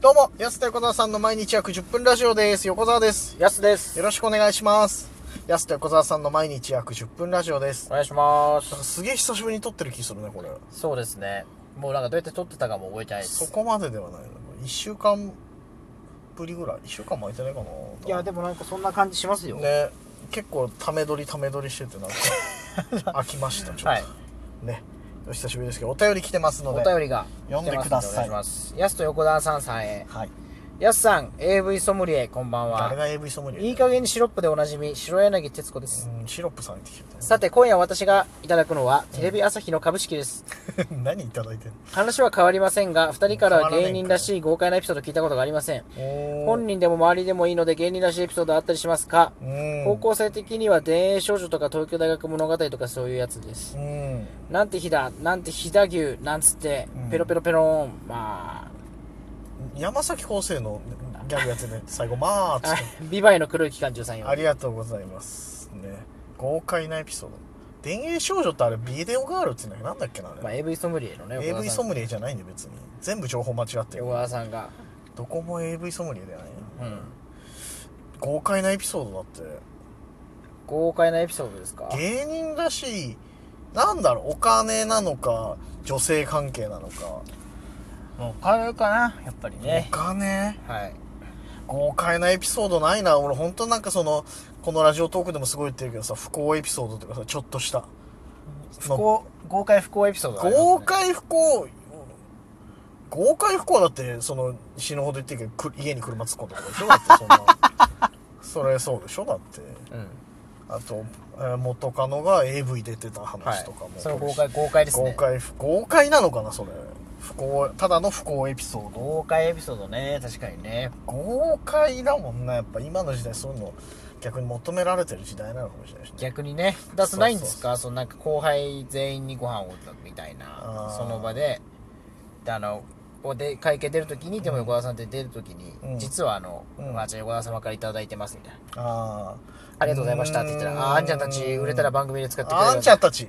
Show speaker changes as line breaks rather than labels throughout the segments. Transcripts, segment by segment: どうも、やすと横澤さんの毎日約10分ラジオです。横澤です。
やすです
よろしくお願いします。やすと横澤さんの毎日約10分ラジオです
お。願いしま
なんか
す
すげえ久しぶりに撮ってる気するね、これ。
そうですねもうなんかどうやって撮ってたかも覚えてないで
そ
す
こまでではないの。1週間ぶりぐらい。1週間も空いてないかな。
いやでもなんかそんな感じしますよ、
ね、結構ため撮りため撮りしてて、なんか、 飽きました、ちょっと。
はい
ね。お久しぶりですけど、お便り来てますの
お
で。
便りが
読んでください
来てますのでお願いしますやすと横澤さんさんへ
はい。
やすさん AV ソムリエこんばん
誰
は
が AV ソムリエだよ
いい加減にシロップでおなじみ白柳徹子です、
うん、シロップさんって聞いたね。
さて今夜私がいただくのはテレビ朝日の株式です、
何いただいてん
話は変わりませんが2人からは芸人らしい豪快なエピソード聞いたことがありません
の
本人でも周りでもいいので芸人らしいエピソードあったりしますか
うん
高校生的には田園少女とか東京大学物語とかそういうやつです
うん
なんて日だなんて日だ牛なんつって
うん
ペロペロペローンま
山崎厚生のギャグやつね最後「まあ」っ
あ
つっ
あ
て
ビバイの黒い機関13
あ
よ
りがとうございますね豪快なエピソード「田園少女」ってあれビデオガールって言うんだっけなんだっけ
ま
な
あ、
あれ
AV ソムリエのね
AV ソ
ム
ムリエじゃないんで別に全部情報間違ってる
横川さんが
どこも AV ソムリエじゃないよ
うん
豪快なエピソードだっ
豪快なエピソードですか
て芸人らしいなんだろうお金なのか女性関係なのか
もう軽いかなやっぱり
お金
はい
豪快なエピソードないな俺本当なんかそのこのラジオトークでもすごい言ってるけどさ不幸エピソードというかさちょっとした
不幸豪快不幸エピソードがありますね
豪快不幸豪快不幸だってその死ぬほど言ってるけどく家に車突っ込んだとかでしょだってそんなそれそうでしょだって
うん
あと、えー元カノが AV 出てた
は
話
い
とかも、
それ豪快豪快です
豪
ね
快不豪快なのかなそれ不幸ただの不幸エピソード
豪快エピソードね確かにね
豪快だもんなやっぱ今の時代そういうの逆に求められてる時代なのかもしれないしね
逆にねだってないんですかそのなんか後輩全員にご飯をおごったみたい
あ
な
ー
その場でであのおで会計出るときにでも横田さんって出るときに、
うん
実はあの、
うん
まあじゃあ横田様からいただいてますみたいな、
あ
ありがとうございましたって言ったら
うーん
あーあんちゃんたち売れたら番組で使ってくれる
あんちゃんたち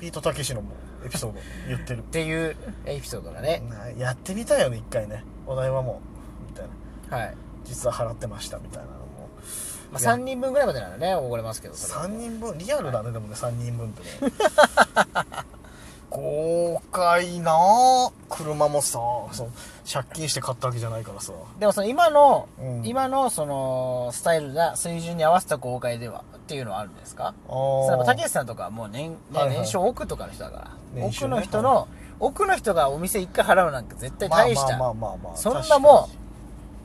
ビートたけしのエピソード言ってる
っていうエピソードがね、
なやってみたいよね一回ねお代はもうみたいな
はい、
実は払ってましたみたいなのも
まあ、3人分ぐらいまでならねおごれますけどそれは
3人分リアルだねでもね3人分って ね豪快なあ車もさそう借金して買ったわけじゃないからさ
でもその今の、
うん
今のそのスタイルな水準に合わせた豪快ではっていうのはあるんですかそれもたけしさんとかはもう年、ね
はいはい
年商億とかの人だから、
年商
奥
ね
の人の、奥の人がお店一回払うなんて絶対
まあ
大した、
まあまあまあまあ
そんなも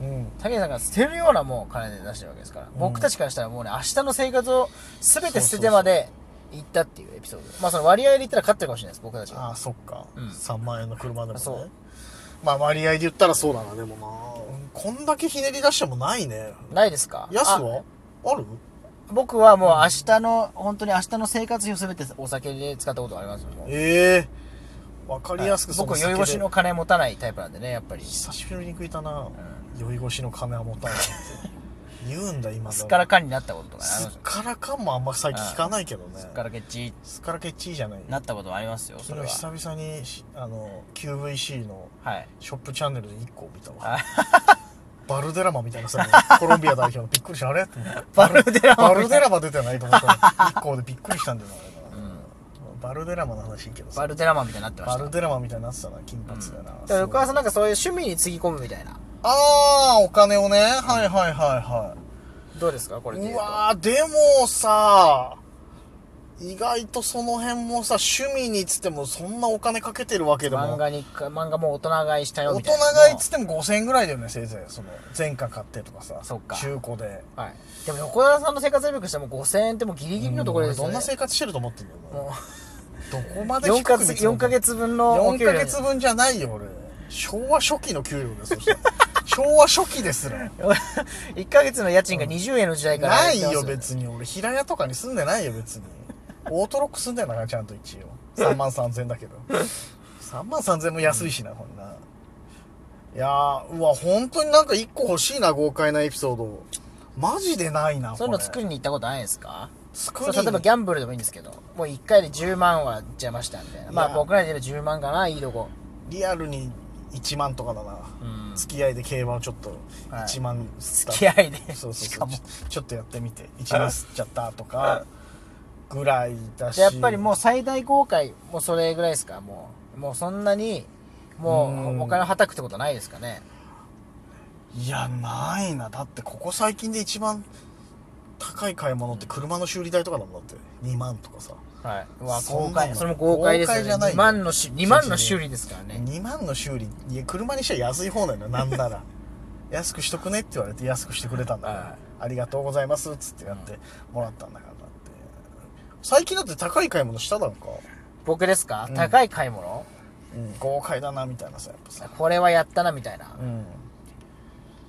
う、うん、
たけしさんが捨てるようなもう金で出してるわけですから、
うん
僕たちからしたらもうね明日の生活を全て捨ててまで行ったっていうエピソードまあその割合で言ったら勝ってるかもしれないです僕たちが
ああそっか、
うん
3万円の車でもね
そう
まあ割合で言ったらそうだなでもなうんこんだけひねり出してもないね
ないですか
やす
あ
はある
僕はもう明日の、本当に明日の生活費を全てお酒で使ったことありますよもう
ええわかりやすく、
はい
その
僕
酒で
宵越しの金持たないタイプなんでねやっぱり
久しぶりに食いたな、酔い越しの金は持たないって言うんだ今
すっから
か
かんになったこととかねあり
す
ま
っ
すよ
からかんもあんま最近聞かないけどね
すっからけっちー
すっからけっちいじゃない
なったことありますよそれ
昨
は
日久々にしあの QVC の
はい
ショップチャンネルで1個見たわ
あ
バルデラマみたいなさ、 コロンビア代表のびっくりした、あれって思って
バルデラマ
バルデラマ出てないと思ったら、1個でびっくりしたんだよな、あれなバルデラマの話いいけどさ
バ、ルデラマンみたいになってまし
バ
た
ルデラマみたいになってたな、金髪だよな。
だ
すご
から
い
横川さんなんかそういう趣味につぎ込むみたいな
あー、お金をね、はいはいは
どうですかこ
い
れ
はい。
で言
う
うと
わー、でもさ、意外とその辺もさ、趣味につってもそんなお金かけてるわけで
漫
も。
画にか漫画もう大人買いしたよ
大
み
人
たいな
買いつっても5000円ぐらいだよね、せいぜい。その、前科買ってとかさ、
そっか
中古で。
はいでも横田さんの生活レベルとしても5000円ってもうギリギリのところですよ
どん
ね
な生活してると思ってんだよ、お前
も
どこま
う
で低
4
く
か
見
月
積も
4
って
ヶ
んの
月分のお
4
給料
ヶ
です
月分じゃないよ俺昭和初期の給料ですそしたら昭和初期ですら
1ヶ月の家賃が20円の時代から
ない
やって
よ
ます
別に俺平屋とかに住んでないよ別 にオートロック住んでんだからちゃんと一応3万3000だけど3万3000も安いしなこんないやーうわ本当になんか1個欲しいな豪快なエピソードマジでないな
そういうの作
り
りに行ったことないですか
作
そ
り
う例えばギャンブルでもいいんですけどもう1回で10万は行っちゃいましたみたいなま
いや
あ僕らで言えば10万かないいとこ
リアルに1万とかだな、
うん
付き合いで競馬をちょっと
はい
1万吸った
付き合いで
そうそうそう
しかも
ちょちょっとやってみて1万吸っちゃったとかぐらいだし
じゃあやっぱりもう最大公開もうそれぐらいですかもうもうそんなにも
うん
うお金はたくってことはないですかね
いやないなだってここ最近で一番高い買い物って車の修理代とかなんだって2万とかさ、
はいうわ
そ
公
んな
開
の
それも公開ですよ
豪快
ね
じゃないよ
2万のし2万の修理ですからね
2万の修理いや車にしちゃ安い方なのよなんなら 安くしとくねって言われて安くしてくれたんだから、
はい
ありがとうございますっつってやってもらったんだからだって最近だって高い買い物しただんか、
僕ですか、
うん
高い買い物
うん、豪快だなみたいなさやっぱさ
これはやったなみたいな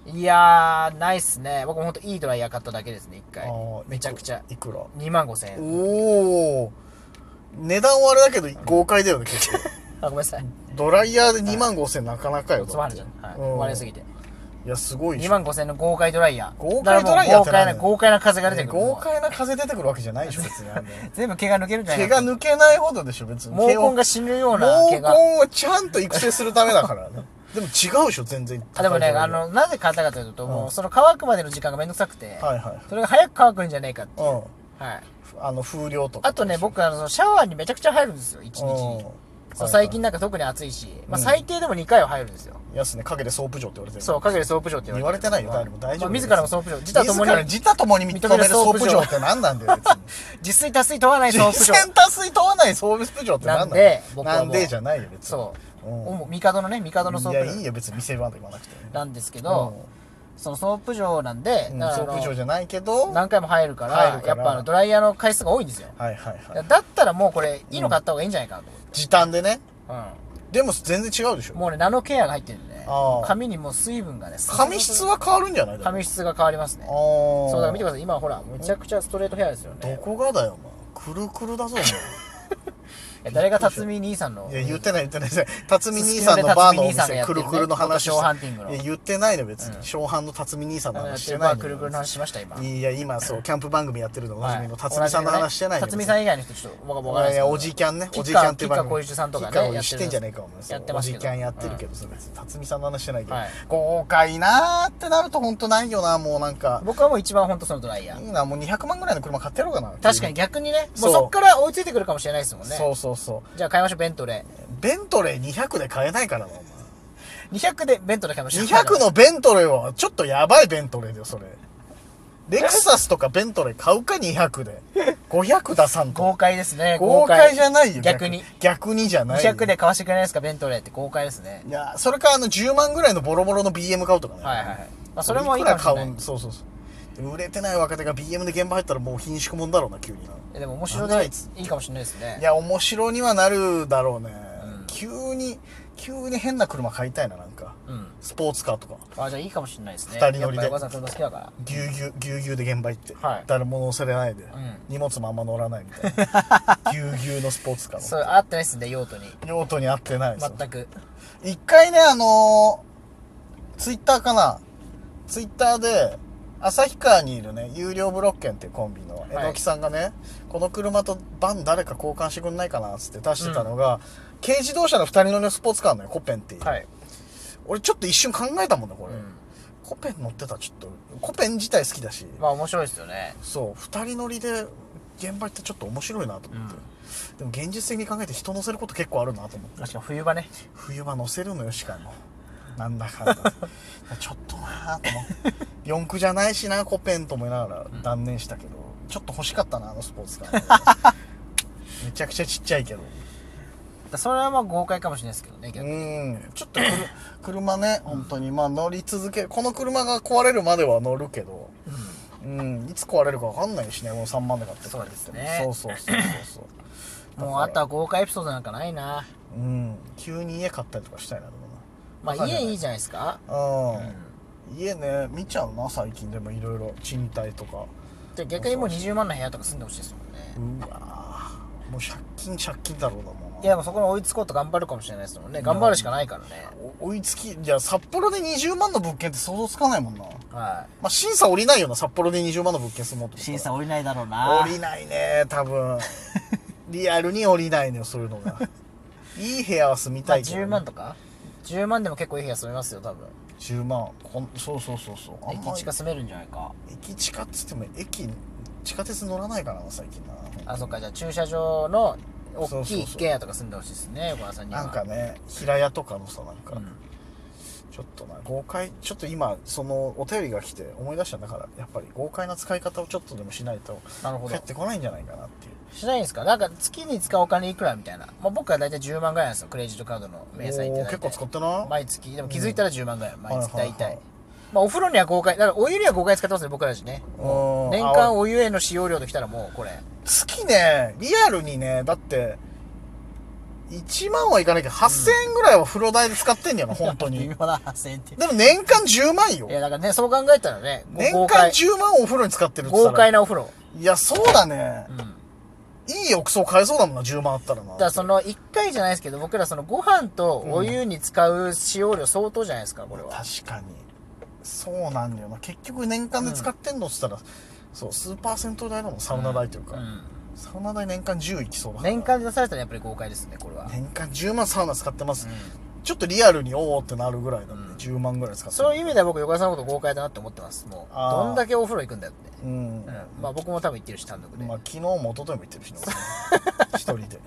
う、ん
いやーないっすね僕もほんといいドライヤー買っただけですね1
あ
回
ー
めちゃくちゃ
いくら
2万5千円
おお値段はあれだけど豪快だよね結構
あごめんなさい
ドライヤーで2万5千なかなかよ
つまんじゃん、
だ
は
っ
い、
て
割れすぎて
いやすごいでし
2
ょ
万5千円の豪快ドライヤー
豪快ドライヤーっ
だ
て
から
何
もう豪快な豪快な風が出てくる
豪快な風出てくるわけじゃないでしょ別にあんな
全部毛が抜けるんじゃな
毛
いか
が抜けないほどでしょ別に
毛根
毛
が死ぬよう
を
な毛
毛
が
根をちゃんと育成するためだから ねでも違うでしょ全然
あでもね
高いところ
あのなぜ買ったかというと、も
う
うんその乾くまでの時間がめんどくさくて、
はいはい
それが早く乾くんじゃないかっていう、
うん
はい、
あの風量とか
あとね僕あのそのシャワーにめちゃくちゃ入るんですよ一日にそう最近なんか特に暑いし、まあ、
うん
最低でも2回は入るんですよ、
やすね陰でソープ嬢って言われてる
そうかけるソープ嬢って
言われてないよ誰も大丈夫
まあ自らもソープ嬢自他ともに
自ら自他ともに認めるソープ嬢って何なんだよ別に
自炊多炊問わないソープ嬢
実践達水問わないソープ嬢って何なんだ
なん
よ
で僕はも
な
うん
でじゃないよ別に
そう、
うん
おも帝のね帝のソ
い
ープ
やいい
嬢
よ別に見せ場と言わなくてね
なんですけ
う
ど
ん、
そのソープ嬢なんで、
うん
だから
ソ
あの
ープ嬢じゃないけどはい
何回も入るから
入るから
やっぱあのドライヤーの回数が多いんですよ
はいはい
だったらもうこれいいの買った方がいいんじゃないかなと思って、
時短でね
う
でも全然違うでし
ん
ょ
もうねナノケアが入ってるんでね
あー
髪にもう水分がね
髪質は変わるんじゃない
髪質が変わりますね
あー
そうだから見てください今ほらめちゃくちゃストレートヘアですよ
ど
ね
こがだよ お前くるくるだぞお
いや誰が辰巳兄さんの
前いや言ってない言ってない辰巳兄さんのバーのお
辰巳兄さんが
店
やって
く
るね
るくるの話
元小阪ティングの
いや言ってないの別に
うん
小販の辰巳兄さんの
や
話
っ
してて
る
な
バ
い
ーくるくるの話しました今
いや今そうキャンプ番組やってるのおなじみの辰
は
巳
い
さんの話してないの
辰巳さん以外の人ちょっと僕は僕はわからな
い
いですけ
や
ど
おじキャンね
吉
お
川
じキャンっていう番
吉川
組
浩一さんとかね
吉川浩一知ってんじゃねえかお前
やってますけど
おじキャンやってるけどさ別に辰巳さんの話してないけど、
はい
豪快なーってなると本当ないよなもうなんか
僕はもう一番本当そのドライヤー
いいなもう200万ぐらいの車買ってやろうかな
確かに逆にねも
そう
うそっから追いついてくるかもしれないですもんね
そうそうそ
じゃあ買いましょうベントレ
うベントレー200で買えないからなお前
ー200でベントレー買いましょう
200のベントレーはちょっとやばいベントレーだよそれレクサスとかベントレー買うか200で500出さんと
豪快ですね
豪快じゃないよ
逆に
逆にじゃないよ
200で買わせてくれないですかベントレーって豪快ですね
いやそれかあの10万ぐらいのボロボロの BM 買うとかね
はいはいはいまあそれもいいか
く
も
ら
しれ
買
な
うんそうそうそうで売れてない若手が BM で現場入ったらもう貧縮もんだろうな急にない
でも面白
なんだあ
い
いつ
いいかもしれないですね
や面白にはなるだろうね、
うん
急に急に変な車買いたいななんか
うん
スポーツカーとか
あじゃあいいかもしれないですね
二人乗りで
やっぱ横澤さん車好きだから
ぎゅうぎゅうぎゅうぎゅうで現場行って、
はい
誰も乗せれないで、
ん
荷物もあんま乗らないみたい なぎゅうぎゅうのスポーツカー
そ
の
う合ってないっすね用途に
用途に合ってないですよ
全く
一回ね、あのーツイッターかな。ツイッターで、旭川にいるね、有料ブロッケンっていうコンビの、え
はい
のきさんがね、この車とバン誰か交換してくんないかなっつって出してたのが、軽自動車の二人乗りのスポーツカーのね、コペンっていう。
はい
俺ちょっと一瞬考えたもんね、こ
う
れ。
ん
コペン乗ってたらちょっと、コペン自体好きだし、
まあ面白いですよね
そう、二人乗りで現場行ってちょっと面白いなと思って。でも現実的に考えて人乗せること結構あるなと思って。
確かに冬場ね
冬場乗せるのよしかもなんだかんだちょっとなあと思って四駆じゃないしなコペンと思いながら断念したけど、ちょっと欲しかったなあのスポーツカ ーめちゃくちゃちっちゃいけど
だそれはまあ豪快かもしれないですけどね
う
逆に
んちょっとくる 車ね本当にまあ乗り続けこの車が壊れるまでは乗るけどうんいつ壊れるか分かんないしねもう3万で買って
そうですね
そうそうそうそうそうだか
もう
ら
あとは豪快エピソードなんかないな
うん急に家買ったりとかしたいなでも
ま
わ
あ
かんない
家いいじゃないですか
な
う
うん
ん
家ね見ちゃうな最近でもいろいろ賃貸とか
じゃあ逆にもう20万の部屋とか住んでほしいですもん
う
ね
わーもう借金借金だろうだもんない
やでもそこに追いつこうと頑張るかもしれないですもんね頑張るしかないからね
お追いつきいや札幌で20万の物件って想像つかないもんな、ま
は
あ、審査降りないよな札幌で20万の物件住もうと思った
い
ら
審査降りないだろうな
降りないね多分 リアルに降りないのよそういうのがいい部屋は住み
ま
た
あ
いけど、
10万とか10万でも結構いい部屋住めますよ多分
10万こんそうそうそうそうあんま
駅近住めるんじゃないか
駅近っつっても駅地下鉄乗らないからな最近な
あそっかじゃあ駐車場の
そ
大
うそう
き
そう
い一軒家とか住んでほしいですね横田さんには
なんかね平屋とかのさなんか、
うん
ちょっとな豪快ちょっと今そのお便りが来て思い出したんだからやっぱり豪快な使い方をちょっとでもしないと
なるほ
帰
ど
ってこないんじゃないかなっていう
しないんですかなんか月に使うお金いくらみたいな、まあ、僕は大体10万ぐらいなんですよクレジットカードの明細いただ
お
い
ー
て
結構使ってな、
毎月でも気づいたら10万ぐらい毎月
はいはいは
大
い
体、まあ、お風呂には豪快だからお湯には豪快使ってますね僕らたちね
うん
年
あ
間お湯への使用量ときたらもうこれ
月ねリアルにねだって1万はいかないけど8000円ぐらいは風呂代で使ってんだよな、本当に
微妙な8000円って
でも年間10万よ
いやだからねそう考えたらね
年間
豪快
10万お風呂に使ってるって言っ
豪
たら
快なお風呂
いやそうだね
う、ん
いい浴槽買えそうだもんな10万あったらな
だからその1回じゃないですけど僕らそのご飯とお湯に使う使用量相当じゃないですかこれは、
確かにそうなんだよな結局年間で使ってんのっつったら、そう数パーセント代だもんサウナ代というか、
うん
サウナ代年間10いきそうだから
年間で出されたらやっぱり豪快ですねこれは、
年間10万サウナ使ってます、
うん
ちょっとリアルにおおってなるぐらいなんで、10万ぐらい使って
そういう
う
意味では僕横田さんのこと豪快だなって思ってますもう
あー
どんだけお風呂行くんだよって、
うん、
うんまあ僕も多分行ってるし単独で、
まあ、昨日も一昨日も行ってるしね俺 一人で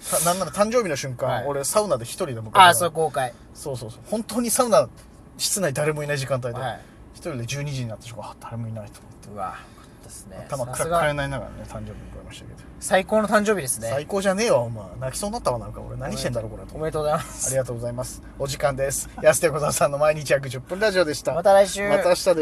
さなんなら誕生日の瞬間、
はい
俺サウナで一人で向か
ああそう豪快
そうそうそう本当にサウナ室内誰もいない時間帯で、
はい
一人で12時になった瞬間あ誰もいないと思って
うわですね
頭
さす
抱え
が
ないながらね誕生日迎えましたけど
最高の誕生日ですね
最高じゃねえわお前泣きそうになったわなんか俺何してんだろうこれと
お
思って
めでとうございます
ありがとうございますお時間です安手小沢さんの毎日約10分ラジオでした
また来週
また明日です